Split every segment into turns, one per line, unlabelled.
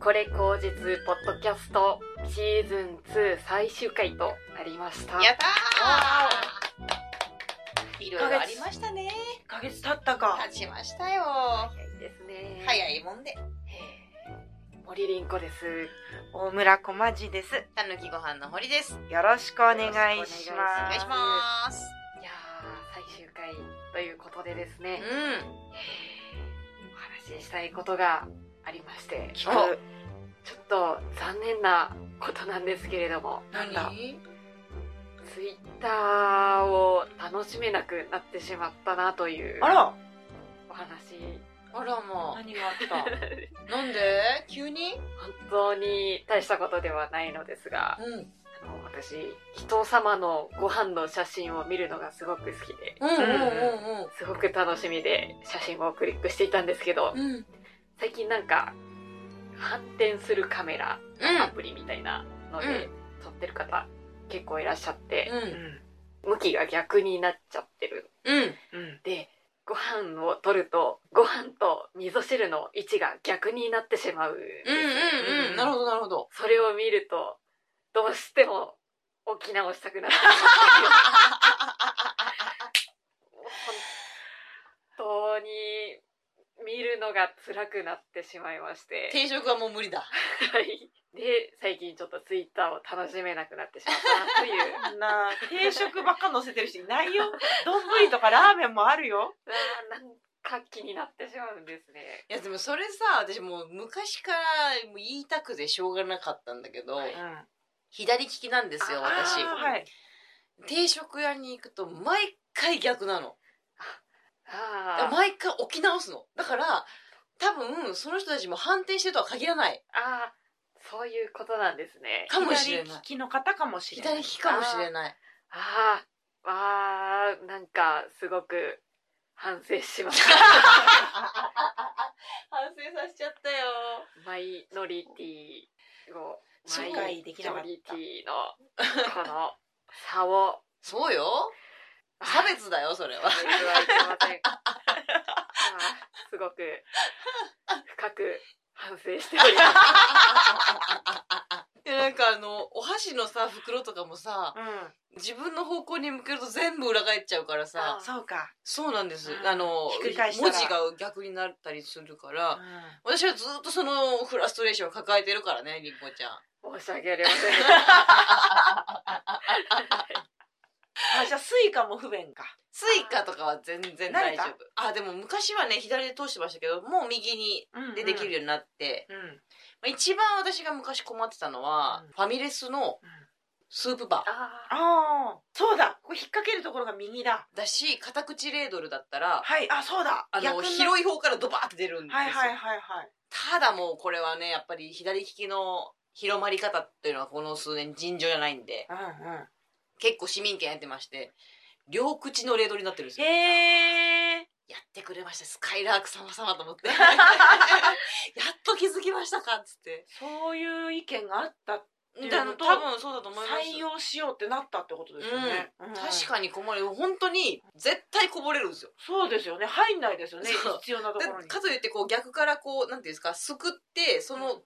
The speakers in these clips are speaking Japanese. これ口実ポッドキャストシーズン2最終回となりました。
やった
わ
ーいろいろありましたね。
1ヶ月経ったか。
立ちましたよ。
早いですね。
早いもんで。
森凛子です。
大村小まじです。
たぬきご飯の堀です。
よろしくお願いし
お
ま
願い
す
し。ます。
いやー、最終回ということでですね、
う
お話ししたいことがありまして、ち
聞
ょっ
こう
と残念なことなんですけれども、
ん。
なんだ
ツイッターを楽しめなくなってしまったなという
あら
お話
あらも
何が あった
う。なんで急に
本当に大したことではないのですが、
うん。
あの私、人様のご飯の写真を見るのがすごく好きで、
うんうん
すごく楽しみで写真をクリックしていたんですけど
うんう、ん。うん。
最近なんか、反転するカメラ
うん
アプリみたいなので撮ってる方結構いらっしゃって、
う。
うんん
向きが逆になっちゃってる。
うん。
うん
で、ご飯を撮ると、ご飯と味噌汁の位置が逆になってしまうんです。
うんうんうん。なるほどなるほど。
それを見ると、どうしても起き直したくなる。本当に見るのが辛くなってしまいまして。
定食はもう無理だ。
はい。 で、最近ちょっとツイッターを楽しめなくなってしまったなという。
あんな定食ばっか載せてる人いない よ。丼とかラーメンもあるよ。
あーなんか気になってしまうんですね。
いやでもそれさ、私もう昔からもう言いたくてしょうがなかったんだけど、
うん。
左利きなんですよ、私。
あーはい。
定食屋に行くと毎回逆なの
あー
毎回起き直すのだから多分その人たちも反転してるとは限らない
あー、そういうことなんですね。
かもしれ
左
な
利
い
きの方かもしれな
左
い。
利きかもしれない
ああ、わあ、なんかすごく反省しました。
反省させちゃったよ
マイノリティを
そう
マイ
理解できなか
ノ
った
リティのこの差を
そうよ差別だよそれは
差別はいけませんあーすごく深く反省しております
いやなんかあのお箸のさ袋とかもさ
う
自分の方向に向けると全部裏返っちゃうからさ
あ
ん。そうか。
そうなんです
うん
あの
ひっくり返した
文
ら
字が逆になったりするから、
うん
私はずっとそのフラストレーションを抱えてるからねりんこちゃん
申し訳ありません
あじゃあスイカも不便か。
スイカとかは全然大丈
慣れ
夫あでも昔はね左で通してましたけどもう右にでできるようになって、
うん。
まあ一番私が昔困ってたのは、
うん
ファミレスの
うん
スープバ
あ
ああ、そうだ。ここ引っ掛けるところが右だ。
ーだし片口レードルだったら
はい、あ、そうだ。
あの
逆に
広い方からドバーって出るんですよ、
はいはいはいはい。
ただもうこれはねやっぱり左利きの広まり方っていうのはこの数年尋常じゃないんで
うんうん。
結構市民権やってまして両口のレードルになってるんですよ
へえ。
やってくれましたスカイラーク様様と思って やっと気づきましたかっつって
そういう意見があった。
で
だ
多
のと
分そうだと思います
採用しようってなったってことですよね。うん
確かにこぼれる本当に絶対こぼれるんですよ
そうですよね。入んないですよね
そう。
必要なと
で
ころに。
かといってこう逆からこうなんていうんですかすくってその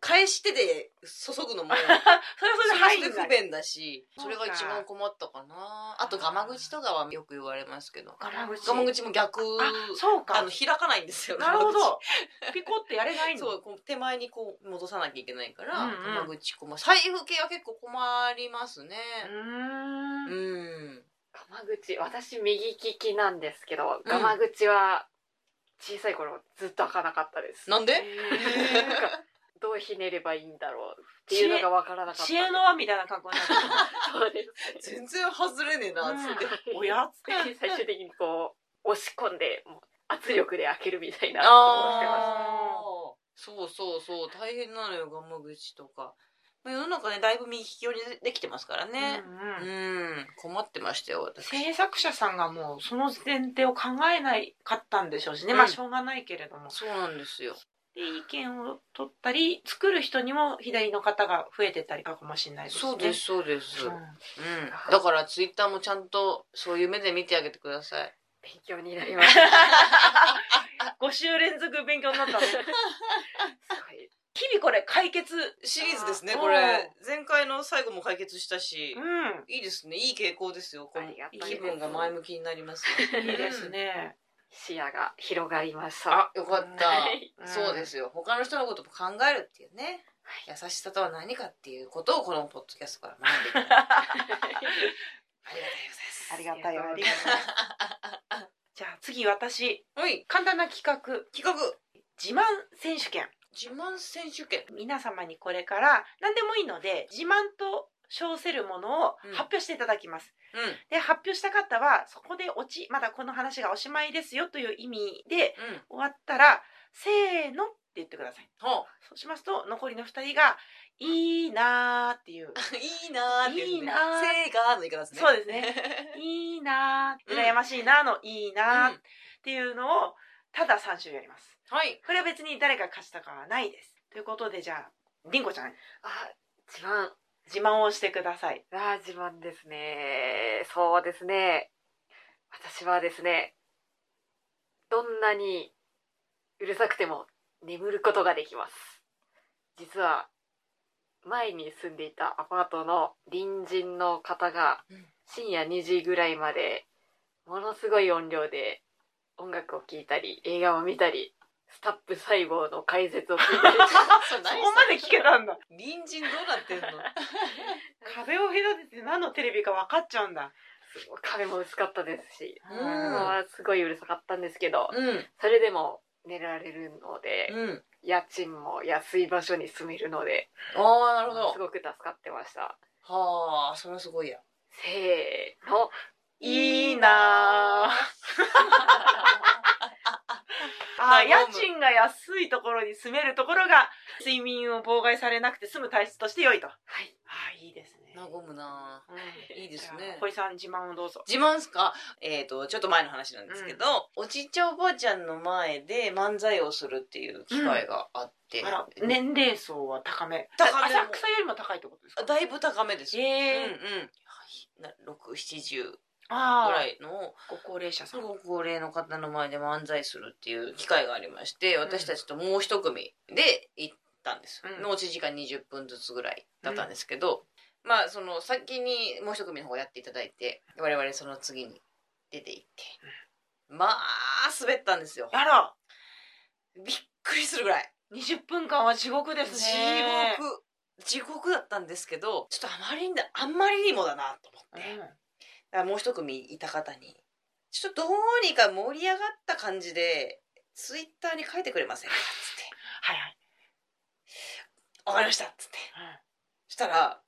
返し手で注ぐの も
それはそ
そ
れで
れ
入
で
んな
不
い。
便だし
そう
それ
か
が一番困ったかなあとガマ口とかはよく言われますけど
ガマ口
ガマ口も逆
あ、そう
あ
か
の。開かないんですよ
なるほ
ガマ口
ど。ピコってやれない
そ
の。
うこう手前にこう戻さなきゃいけないから、
うんうん
玉口困る財布系は結構困りますね
う
う
ーん。
ん
ーガマ口私右利きなんですけど
うん
ガマ口は小さい頃ずっと開かなかったです、
なんで
へー
なんかどうひねればいいんだろうっていうのがわからなかった
知恵の輪みたいな格好になってる
そうです
全然外れねえなつって、
おやつ。
最終的にこう押し込んでもう圧力で開けるみたいなことをしてまし
あーそうそうそう大変なのよガマ口とかまあ世の中ねだいぶ右利き用にできてますからね
うん
う
うん
ん、困ってましたよ私
制作者さんがもうその前提を考えないかったんでしょうしね、
うん
まあしょうがないけれども
そうなんですよ
で意見を取ったり作る人にも左の方が増えてたりかもしれないですね
そうですそうです、
う
うんん、だからツイッターもちゃんとそういう目で見てあげてください
た勉強になりました
5週連続勉強になったね
すごい
日々これ解決
シリーズですね
あー
これ前回の最後も解決したし
う
いいですねいい傾向ですよこの
ありがとうございます
気分が前向きになりますよ
んいいですね、
視野が広がりました。
あよかった、
はい
うん
そうですよ他の人のことも考えるっていうね
は
優しさとは何かっていうことをこのポッドキャストから学んでいくありが
あ
た
りがた
いございます
いわ
ありがたいじゃあ次私
はい
簡単な企画
企画
自慢選手権
自慢選手権
皆様にこれから何でもいいので自慢と称せるものを
うん
発表していただきます、
うんうん
で発表した方はそこで落ちまだこの話がおしまいですよという意味で終わったらせーのって言ってください
ほ
そうしますと残りの2人が「いいな」っていう
う いいなーって
いいなー
せーがーの言い方ですね
そうですね「
ね
いいな」「
うん
羨ましいな」の「いいな」っていうのをただ3種類やります
はい
これは別に誰が勝ちたかはないですということでじゃありんこちゃん
あ、自慢。
自慢をしてください
あー、自慢ですね。そうですね。私はですね、どんなにうるさくても眠ることができます。実は、前に住んでいたアパートの隣人の方が
うん
深夜2時ぐらいまでものすごい音量で音楽を聴いたり映画を見たりスタップ細胞の解説を聞いた り
そう
そ
何
こまで聞けたんだ
隣人どうなってんの
壁を隔てて何のテレビか分かっちゃうんだ
すごい壁も薄かったですし、
うん
まあすごいうるさかったんですけど、
うん
それでも寝られるので、
うん
家賃も安い場所に住めるので、
ああなるほ
す
ど
ごく助かってました。
はあそれはすごいや
せーの。
い いなあー
まあ
家賃が安いところに住めるところが睡眠を妨害されなくて済む体質として良いとあ
はい。
ーいいですね、
和むな
うん
いいです
じゃ
ね
あ小井さん自慢をどうぞ
自慢っすかえっ、とちょっと前の話なんですけど、おじいちゃんおばあちゃんの前で漫才をするっていう機会があって、
あら年齢層は高め
高めも
浅草よりも高いってことですか
だいぶ高めですよ、
え
うんう
ー
ん670ぐ
あ
ら
あ
いの
ご高齢者さ
す
ん
ごく高齢の方の前で漫才するっていう機会がありまして私たちともう一組で行ったんです、
うん
の持ち時間20分ずつぐらいだったんですけど、まあその先にもう一組の方やっていただいて我々その次に出て行って、まあ滑ったんですよ
あら
びっくりするぐらい
20分間は地獄です
地
ね
獄地獄だったんですけどちょっとあまりにあんまりにもだなと思って、
うん
あもう一組いた方に「ちょっとどうにか盛り上がった感じでツイッターに書いてくれませんか?」っつって
はいはい
「 わかりました」っつってしたら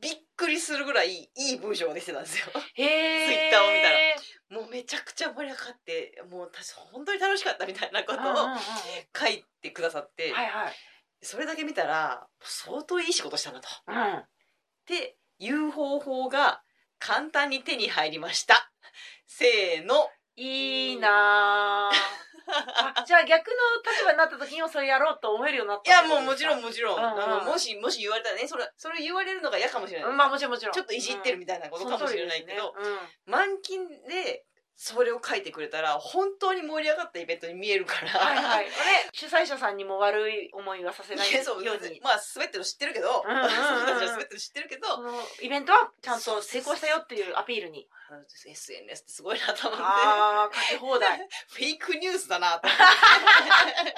びっくりするぐらいいい文章ができてたんですよ
へえ
Twitter を見たらもうめちゃくちゃ盛り上がってもう私本当に楽しかったみたいなこ
うんうんうん
とを書いてくださって、
はいはい
それだけ見たら相当いい仕事したなと。
うん
っていう方法が簡単に手に入りましたせーの
いい なああじゃあ逆の立場になった時にもそれやろうと思えるようになっ
い
た
やもうもちろんもちろん、
うんうん
あのもしもし言われたらねそれそれ言われるのが嫌かもしれない、
んまあもちろんもちろん
ちょっといじってるみたいなことかもしれないけど、
うんその通りですね
満勤でそれを書いてくれたら本当に盛り上がったイベントに見えるから、
うん、はいはいこれ主催者さんにも悪い思いはさせな い
い
よ
やそう
うに
まあ滑ってるの知ってるけど、
うんうんう ん
その人たちは滑ってるの知ってるけど、
そのイベントはちゃんと成功したよっていうアピールに
あの SNS ってすごいなと思って
ああ書き放題
フェイクニュースだなと思って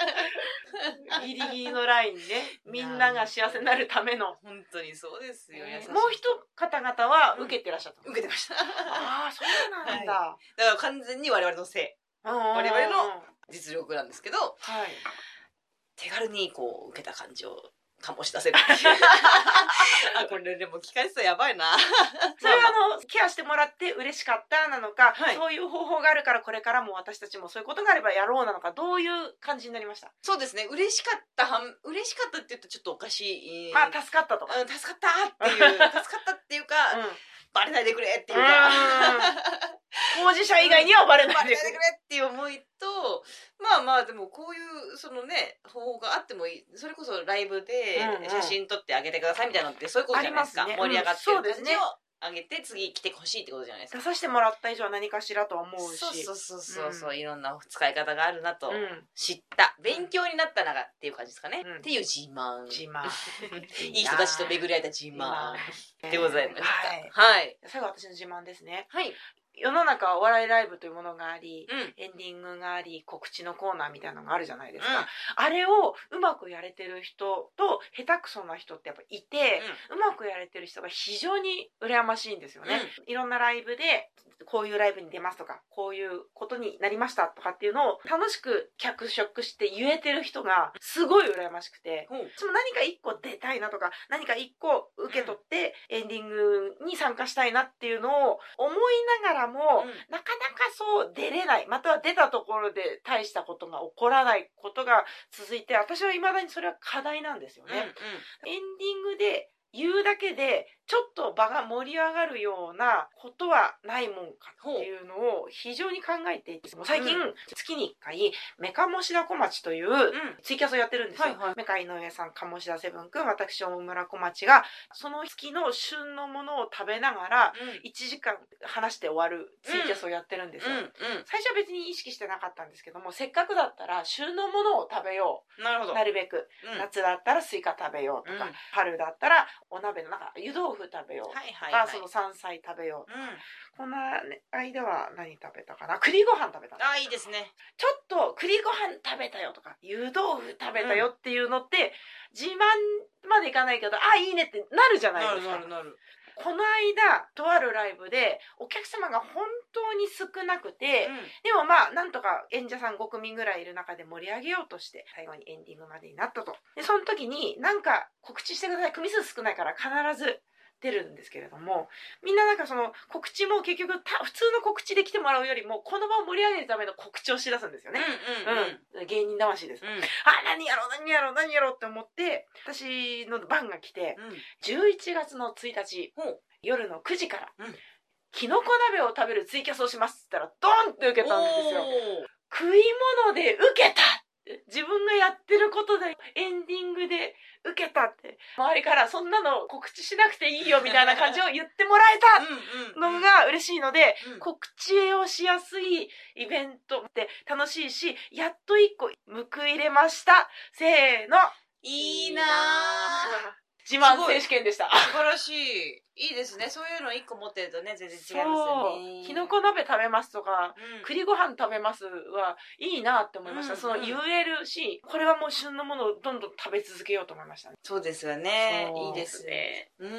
ギリギリのラインねみんなが幸せになるための、
本当にそうですよ、優しい
もう一方々は受けてらっしゃった、
受けてました
ああそうなんだ、
だから完全に我々のせ
うんうんうん
我々のい実力なんですけど
はい
手軽にこう受けた感じを醸し出せ るあこれでも聞かれてたらやばいな
それはあのケアしてもらって嬉しかったなのか、
はい
そういう方法があるからこれからも私たちもそういうことがあればやろうなのかどういう感じになりました、
そうですね嬉しかったはん嬉しかったって言うとちょっとおかしい、
まあ助かったとか、
うん助かったっていう 助かったっていうか、
うん
バレないでくれっていう
う
か
ん当事者以外にはバレ
バ
ない
レ
で
ないで
くれ
くれっていう思いとまあまあでもこういうそのね方法があってもいいそれこそライブで
うんうん
写真撮ってあげてくださいみたいなのってそういうことじゃないですか
ありますね
盛り上がってる
うんそうで
感
す
じ
ね
をあげて次来てほしいってことじゃないです
出
か。
させてもらった以上は何かしらと思うし
そうそうそうそうそう、
う
いろんな使い方があるなと
うん、
知った、勉強になったながっていう感じですかね、
うん
っていう自慢
自慢
いい人たちと巡り合えた自
り
慢でございました
は
は
い、
い
最後私の自慢ですね
はい、
世の中はお笑いライブというものがあり
うん
エンディングがあり告知のコーナーみたいなのがあるじゃないですか、
うん
あれをうまくやれてる人と下手くそな人ってやっぱいて、うまくやれてる人が非常に羨ましいんですよね、いろんなライブでこういうライブに出ますとかこういうことになりましたとかっていうのを楽しく脚色して言えてる人がすごい羨ましくて
ほう
私も何か一個出たいなとか何か一個受け取ってエンディングに参加したいなっていうのを思いながらも、
うん
なかなかそう出れないまたは出たところで大したことが起こらないことが続いて私は未だにそれは課題なんですよね。エンディングで言うだけでちょっと場が盛り上がるようなことはないもんかっていうのを非常に考えていてもう最近
う
月に1回メカモシダ小町という
うんうん
ツイキャスをやってるんですよ、
はいはい
メカ井上さん鴨志田セブン君私大村小町がその月の旬のものを食べながら1時間話して終わるツイキャスをやってるんですよ、
うんう
最初は別に意識してなかったんですけどもせっかくだったら旬のものを食べよ
んなるほ
う
ど
なるべく
うん
夏だったらスイカ食べようとか、
うん
春だったらお鍋のなんか湯豆腐食べようとか、
はいはいはい
その山菜食べよう
うん
とか、こんなね間は何食べたかな栗ご飯食べたの
あーいいですね
ちょっと栗ご飯食べたよとか湯豆腐食べたよっていうのって、自慢までいかないけどあいいねってなるじゃないですか。
なる
この間とあるライブでお客様が本当に少なくて、でもまあなんとか演者さん5組ぐらいいる中で盛り上げようとして最後にエンディングまでになったとでその時になんか告知してください組数少ないから必ず出るんですけれどもみんななんかその告知も結局た普通の告知で来てもらうよりもこの場を盛り上げるための告知をしだすんですよね、
うんうんうん
うん芸人魂です、
うん
あ何やろう何やろう何やろうって思って私の番が来て
うん
11月の1日
ほう
夜の9時から、
うん
きのこ鍋を食べるツイキャスをしますって言ったらドンって受けたんですよ
おー
食い物で受けたって自分がやってることでエンディングで受けたって周りからそんなの告知しなくていいよみたいな感じを言ってもらえ
う
た
んうん
のが嬉しいので
うん
告知をしやすいイベントって楽しいしやっと一個報いれましたせーの
いいなー
自慢選手権でした
素晴らしいいいですねそういうの一個持ってるとね全然違いますよね
そうきのこ鍋食べますとか
うん
栗ご飯食べますはいいなって思いました、
うん
その言えるしこれはもう旬のものをどんどん食べ続けようと思いましたね
そうですよね
そう
いいですねうん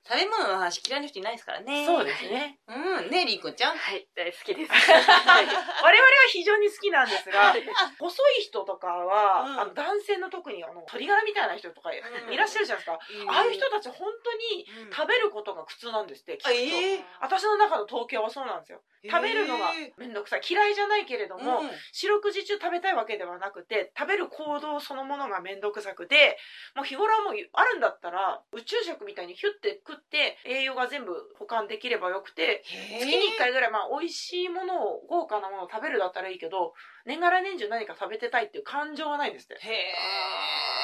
食べ物の話嫌いな人いないですからね
そうですね
うんねりんこちゃ ん
はい、大好きです。
はい我々は非常に好きなんですが
はい
細い人とかは、
うん
あの男性の特にあの鶏ガラみたいな人とかい
うん
らっしゃるじゃないですか、ああいう人たち本当に
うん
食べることが苦痛なんですってきっと、
えー
私の中の東京はそうなんですよ食べるのが
え
めんどくさい嫌いじゃないけれど
ー
も、
うん
四六時中食べたいわけではなくて食べる行動そのものが面倒くさくてもう日頃はもうあるんだったら宇宙食みたいにヒュッて食って栄養が全部保管できればよくて
へー
月に1回ぐらいまあ美味しいものを豪華なものを食べるだったらいいけど年がら年中何か食べてたいっていう感情はないんですって。
へ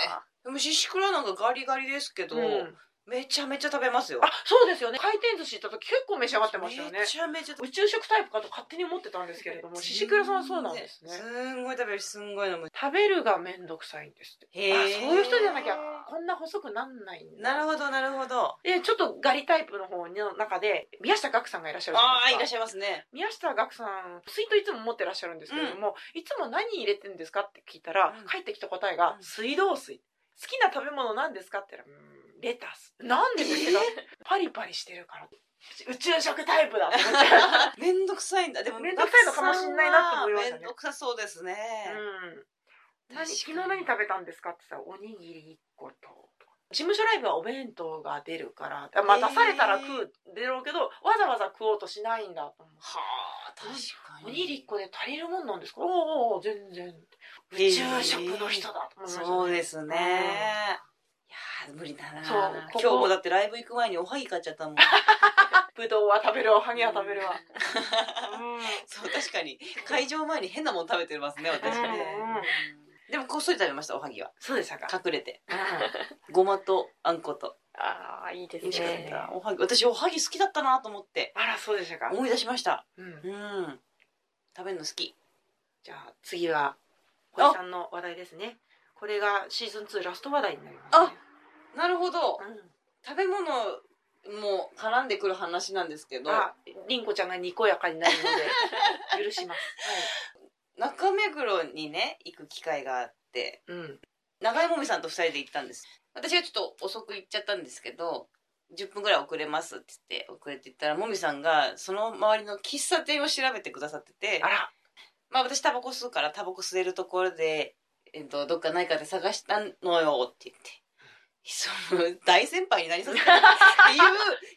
えでもシシクラなんかガリガリですけど、
うん
めちゃめちゃ食べますよ
あそうですよね回転寿司行った時結構召し上がってましたよ
め
ね
ちゃめちゃ食べ
宇宙食タイプかと勝手に思ってたんですけれどもシシクラさんはそうなんですね
すんごい食べるしすんごい飲む
食べるが面倒くさいんですって
へー
あそういう人じゃなきゃこんな細くなんないんだ
なるほどなるほど
でちょっとガリタイプの方の中で宮下岳さんがいらっしゃるじゃ
ああ
ない
いら
で
っしゃ
すか
いますね
宮下岳さん水筒いつも持ってらっしゃるんですけれども、いつも何入れてるんですかって聞いたら、
うん
返ってきた答えが
うん
「水道水」好きな食べ物なんですか?」って言ったらうーん「レタス」なんでで すか、パリパリしてるから宇宙食タイ プだと思って、
めんどくさいんだでも
めんどくさいのかもしんないなって思いましたね
めんどくさそうですね、
うん、
確
何
かに
昨日何食べたんですか?」って言ったら「おにぎり1個と」事務所ライブはお弁当が出るから、あまあ、
へー
出されたら食う出ろうけどわざわざ食おうとしないんだと思って
はあ確かに
おにぎり1個で足りるもんなんですかおうおうおう全然宇
え
宙食の人だと思いました、
そうですね、い
ん
やー無理だな
そうここ
今日もだってライブ行く前におはぎ買っちゃ ったもん
ぶどうは食べるわおはぎは食べるわ、うん
そう確かに会場前に変なもん食べてますね私ね、
うんうん
でもこっそり食べましたおはぎは
そうでしたか、
隠れて
うん
ごまとあんこと
ああいいです
いい時間だっ
ね
たおはぎ私おはぎ好きだったなと思って
あらそうでしたか、
思い出しました
うん、
うん食べるの好き
じゃあ次は小井さんの話題ですねこれがシーズン2ラスト話題になります、ね、
なるほど
うん
食べ物も絡んでくる話なんですけど
あ、りんこちゃんがにこやかになるので 許します。
中目黒にね行く機会があって
はい、うん、
長井もみさんと2人で行ったんです私がちょっと遅く行っちゃったんですけど10分ぐらい遅れますって言って遅れて行ったらもみさんがその周りの喫茶店を調べてくださってて
あら、
まあ私タバコ吸うからタバコ吸えるところで、えっと、どっかないかで探したのよって言って。その大先輩になりそうだなっていう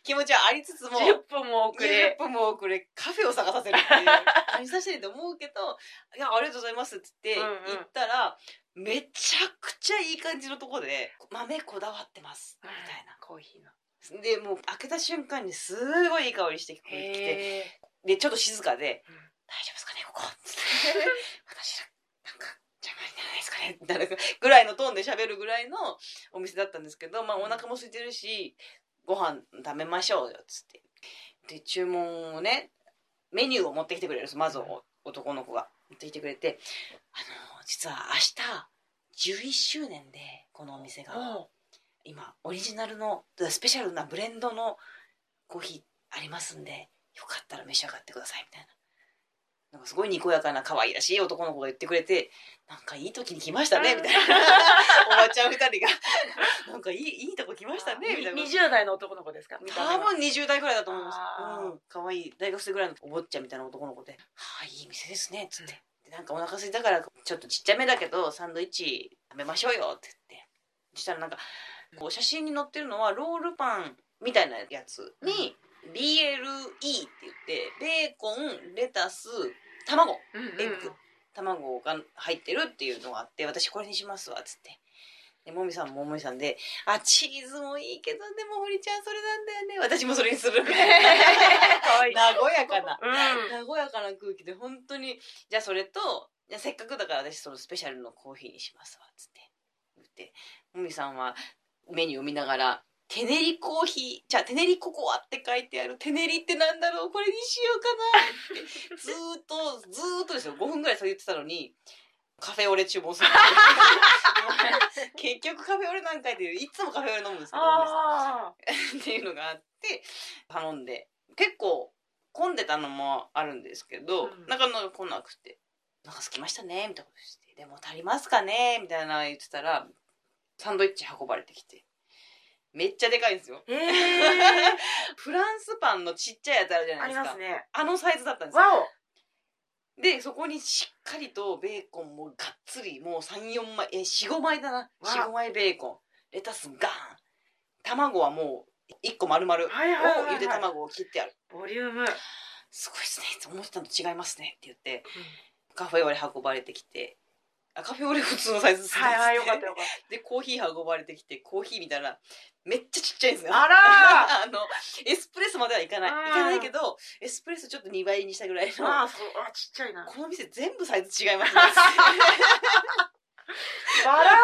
気持ちはありつ つも
10分も遅
20
れ。
分も遅れカフェを探させるって いう何させるって思うけど「いやありがとうございます」って言って
うんうん
行ったら、めちゃくちゃいい感じのとこで「豆こだわってます」みた
コーヒーの。
いな。でもう開けた瞬間にすごいいい香りしてきて
へ
でちょっと静かで
うん
「大丈夫ですかねここ」 っつって「私らなんか邪魔にならないですかね」みたいなぐらいのトーンで喋るぐらいのお店だったんですけど、まあ、お腹も空いてるしご飯食べましょうよっつってで注文をねメニューを持ってきてくれるんですまずお男の子が持ってきてくれて「あの実は明日11周年でこのお店が」
ー。
今オリジナルのスペシャルなブレンドのコーヒーありますんでよかったら召し上がってくださいみたいななんかすごいにこやかな可愛らしい男の子が言ってくれてなんかいい時に来ましたねみたいなおばちゃん二人がなんかいいいいとこ来ましたねみたいな
二十代の男の子ですか。見た目
多
は
分20代くらいだと思います
あー
うん可愛い大学生ぐらいのお坊ちゃんみたいな男の子で「はあいい店ですね」っつって、でなんかお腹空いたからちょっとちっちゃめだけどサンドイッチ食べましょうよって言ってそしたらなんかこう写真に載ってるのはロールパンみたいなやつに BLE って言ってベーコンレタス卵
うんうん
エッグ卵が入ってるっていうのがあって私これにしますわっつってでもみさんももみさんで「あチーズもいいけどでも堀ちゃんそれなんだよね私もそれにする」みたい な
可愛い。
和やかな
うん。
和やかな空気で本当にじゃあそれといやせっかくだから私そのスペシャルのコーヒーにしますわっつって言ってもみさんはメニューを見ながら「テネリコーヒーじゃあテネリココア」って書いてある「テネリってなんだろうこれにしようかな」ずーっとずーっとですよ5分ぐらいそう言ってたのにカフェオレ注文 する結局カフェオレ何回でいつもカフェオレ飲むんですけど
ああ。
っていうのがあって頼んで結構混んでたのもあるんですけど、
うん
なかなか来なくて「なんかすきましたね」みたいなことして「でも足りますかね」みたいな言ってたらサンドイッチ運ばれてきてめっちゃでかいんですよ
へ え。
フランスパンのちっちゃいやつあるじゃな
あ
いです
りま
か
すね。
あのサイズだったんですよ
わ
でそこにしっかりとベーコンもがっつりもう34枚え45枚だな
わ
45枚ベーコンレタスガーン卵はもう1個丸々を
お。はいはいはいはい。
ゆで卵を切ってある
ボリューム。
すごいですね思ってたのと違いますねって言ってカフェオレ運ばれてきてあカフェオレ普通のサイズですね
はいはい
つて
よかったよかっ
でコーヒー運ばれてきてコーヒー見たらめっちゃちっちゃいんですよ
た。あら
あのエスプレッソまではいかないい
うん
かないけどエスプレッソちょっと2倍にしたぐらいの
ー。ああそうあちっちゃいな。
この店全部サイズ違いますね
バラン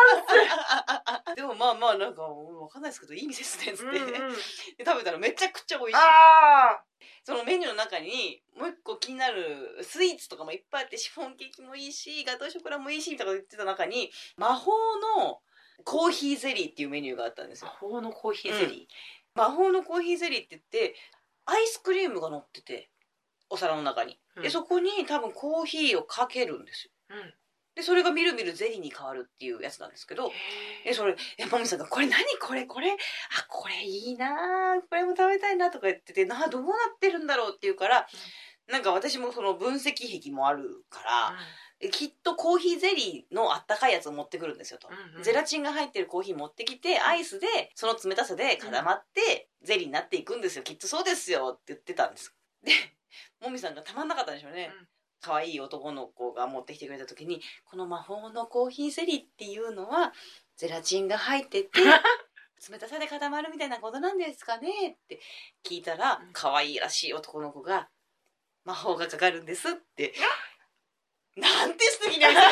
でもまあまあなんか分かんないですけどいい店ですねっ
ス。
つ
う
っ
ん
て、で
うん
食べたらめちゃくちゃ美味しい
あ
そのメニューの中にもう一個気になるスイーツとかもいっぱいあってシフォンケーキもいいしガトーショコラもいいしみたいなこと言ってた中に魔法のコーヒーゼリーっていうメニューがあったんです
あ。魔
よ
法のコーヒーゼリ
魔法のコーヒーゼリーって言ってアイスクリームが乗っててお皿の中に
ー。
でそこに多分コーヒーをかけるんですよ
うん。うん。
でそれがみるみるゼリーに変わるっていうやつなんですけどえそれえマミさんが「これ何これこれあこれいいなあこれも食べたいな」とか言っててなどうなってるんだろうっていうから、なんか私もその分析癖もあるから、えきっとコーヒーゼリーのあったかいやつを持ってくるんですよと。
うんうん
ゼラチンが入ってるコーヒー持ってきてアイスでその冷たさで固まってゼリーになっていくんですよきっとそうですよって言ってたんですでもみさんがたまんなかったんでしょうね
うん
可愛、い男の子が持ってきてくれた時にこの魔法のコーヒーゼリーっていうのはゼラチンが入ってて 冷たさで固まるみたいなことなんですかねって聞いたら
うん
可愛いらしい男の子が魔法がかかるんですってなんて素敵な店だよっ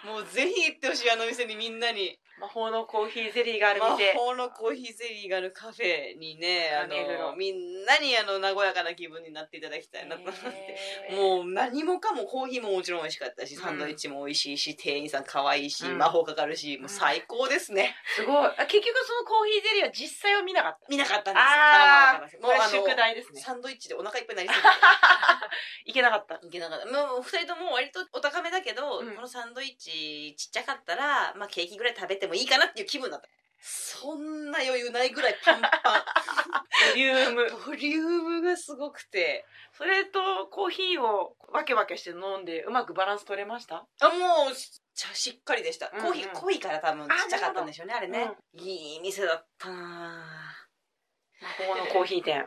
てもうぜひ行ってほしシアの店にみんなに
魔法のコーヒーゼリーがある
魔
店
法のコーヒーゼリーがあるカフェにねあ
目黒
のみんなにあの和やかな気分になっていただきたいなと思ってもう何もかもコーヒーももちろん美味しかったし、
うん
サンドイッチも美味しいし店員さん可愛いし、
うん
魔法かかるしもう最高ですね、
すごいあ結局そのコーヒーゼリーは実際を見なかった
見なかったんですよ
ああー
もう
これ
あ
宿
の
題ですね
サンドイッチでお腹いっぱいになりそう
いけなかった
でいけなかった もう2人とも割とお高めだけど、
うん
このサンドイッチちっちゃかったら、まあ、ケーキぐらい食べてもいいかなっていう気分だったそんな余裕ないぐらいパン
ボリューム
パンボリュームがすごくて
それとコーヒーをわけわけして飲んでうまくバランス取れました
あもうしちゃしっかりでした、
うんうん
コーヒー濃いから多分ちっちゃかったんでしょうねあれ
なる
ね
ほ、
いい店だったなぁ
魔法のコーヒー店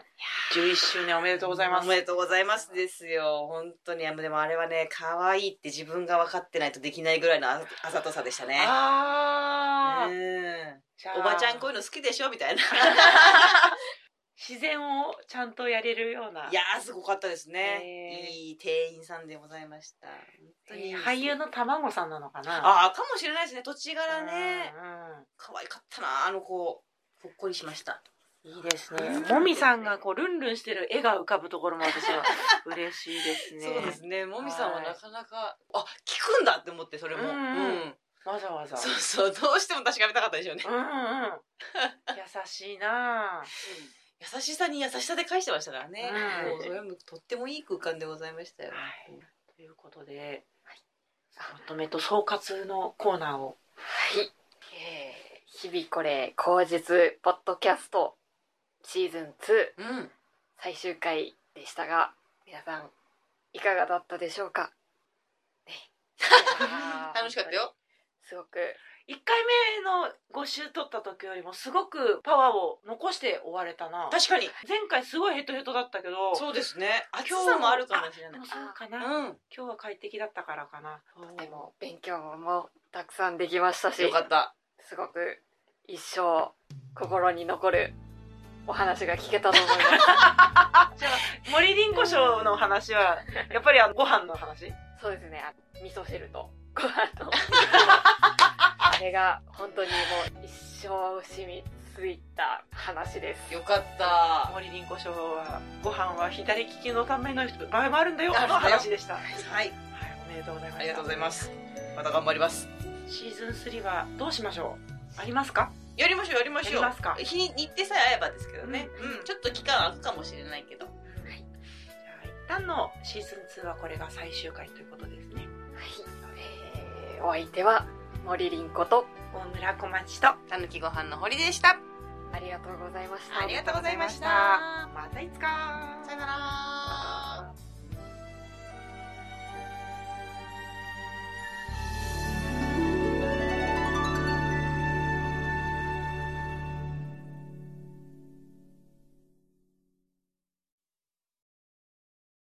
11周年おめでとうございます
おめでとうございますですよ本当にあのでもあれはね可愛いって自分が分かってないとできないぐらいのああざとさでしたね
あー
う
じゃあ
んおばちゃんこういうの好きでしょみたい な
自然をちゃんとやれるようない
やーすごかったですね
へー
いい店員さんでございました本当にいい
えー
です
俳優の卵さんなのかなあ
ああかもしれないですね土地柄ね可愛かったなあの子ほっこりしました
いいですね
うん
もみさんがこうルンルンしてる絵が浮かぶところも私は嬉しいですね
そうですねもみさんは
はい
なかなかあ聞くんだって思ってそれも
うんうんわざわざ
そうそうどうしても確かめたかったでしょうね
うんう ん優しいなあ
優しさに優しさで返してましたからね、
うん
もうそれはもうとってもいい空間でございましたよ、
はいということで、まとめと総括のコーナーを
はい。えー日々これ、口実、ポッドキャスト、シーズン2、
うん
最終回でしたが、皆さん、いかがだったでしょうかね。いやー
楽しかった。よ
すごく、
1回目の5週取った時よりもすごくパワーを残して終われたな
確かに
前回すごいヘトヘトだったけど
そうですね暑
今日
さもあるかもしれ
で
ない
もそうかな、
う
今日は快適だったからかな
でも、勉強もたくさんできましたし
ん、よかった
すごく、一生、心に残る、お話が聞けたと思い ます。
森林檎賞の話はやっぱりあのご飯の話
そうですね、あの味噌汁と、ご飯 と。あれが、本当にもう、一生染みついた話です。
よかった
森林檎賞はご飯は左利きのための場合もあるんだよの
あるんだよ
話でした、はい、
はい
おめでとうございました
ありがとうございますまた頑張ります
シーズン3はどうしましょうありますか
やりましょうやりましょう
やりますか
日に日程さえ合えばですけどね、
うん
うん、ちょっと期間空くかもしれないけど
はい
じゃあ一旦のシーズン2はこれが最終回ということですね
はい、えーお相手は森凛子と
大村小町と
たぬきご飯の堀でした
ありがとうございました。
ありがとうございました
またいつか
さよなら